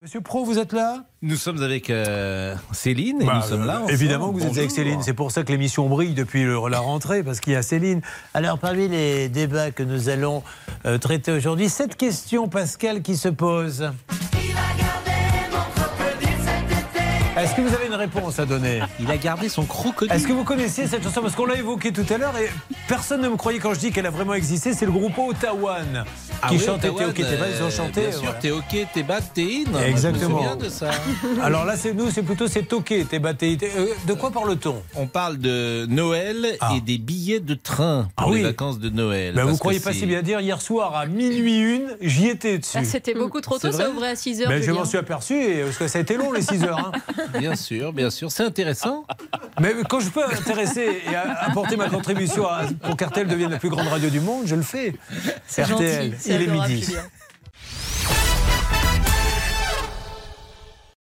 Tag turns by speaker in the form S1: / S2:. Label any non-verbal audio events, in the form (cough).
S1: Monsieur Pro, vous êtes là
S2: Nous sommes avec euh, Céline et
S3: Bah,
S2: nous sommes là.
S3: euh,
S2: ensemble.
S3: évidemment que vous êtes avec
S2: Bonjour.
S3: Céline, c'est pour ça que l'émission brille depuis le- la rentrée, parce qu'il y a Céline. Alors parmi les débats que nous allons euh, traiter aujourd'hui, cette question, Pascal, qui se pose. Est-ce que vous avez une réponse à donner
S2: Il a gardé son crocodile.
S3: Est-ce que vous connaissiez cette chanson Parce qu'on l'a évoquée tout à l'heure et personne ne me croyait quand je dis qu'elle a vraiment existé. C'est le groupe Otawan
S2: Ah
S3: qui
S2: oui,
S3: chantait T'es
S2: Ottawa,
S3: ok, t'es pas, ils ont
S2: euh,
S3: chanté.
S2: Bien sûr,
S3: voilà.
S2: t'es ok, t'es bad, t'es in.
S3: Exactement.
S2: Je me souviens
S3: (laughs)
S2: de ça.
S3: Alors là, c'est nous, c'est plutôt c'est toqué, t'es batté. t'es- euh, de quoi parle-t-on
S2: On parle de Noël
S3: Ah.
S2: et des billets de train pour
S3: Ah oui.
S2: les vacances de Noël.
S3: ben,
S2: Parce
S3: Vous
S2: que
S3: croyez pas
S2: c'est-
S3: si bien dire, hier soir à minuit une, j'y étais dessus.
S4: Ah, C'était beaucoup trop
S2: C'est
S4: tôt, ça
S2: vrai
S4: ouvrait à 6 heures.
S3: Hmm. Ben, je
S4: Julien.
S3: m'en suis aperçu et, parce que ça a été long les 6 heures.
S4: (laughs)
S3: hein.
S2: Bien sûr, bien sûr.
S3: (laughs)
S2: C'est intéressant.
S3: Mais quand je peux intéresser et a- apporter ma contribution à, pour qu'RTL devienne la plus grande radio du monde, je le fais.
S4: C'est gentil,
S3: RTL,
S4: c'est
S3: il est
S4: adorable,
S3: midi.
S4: Julien.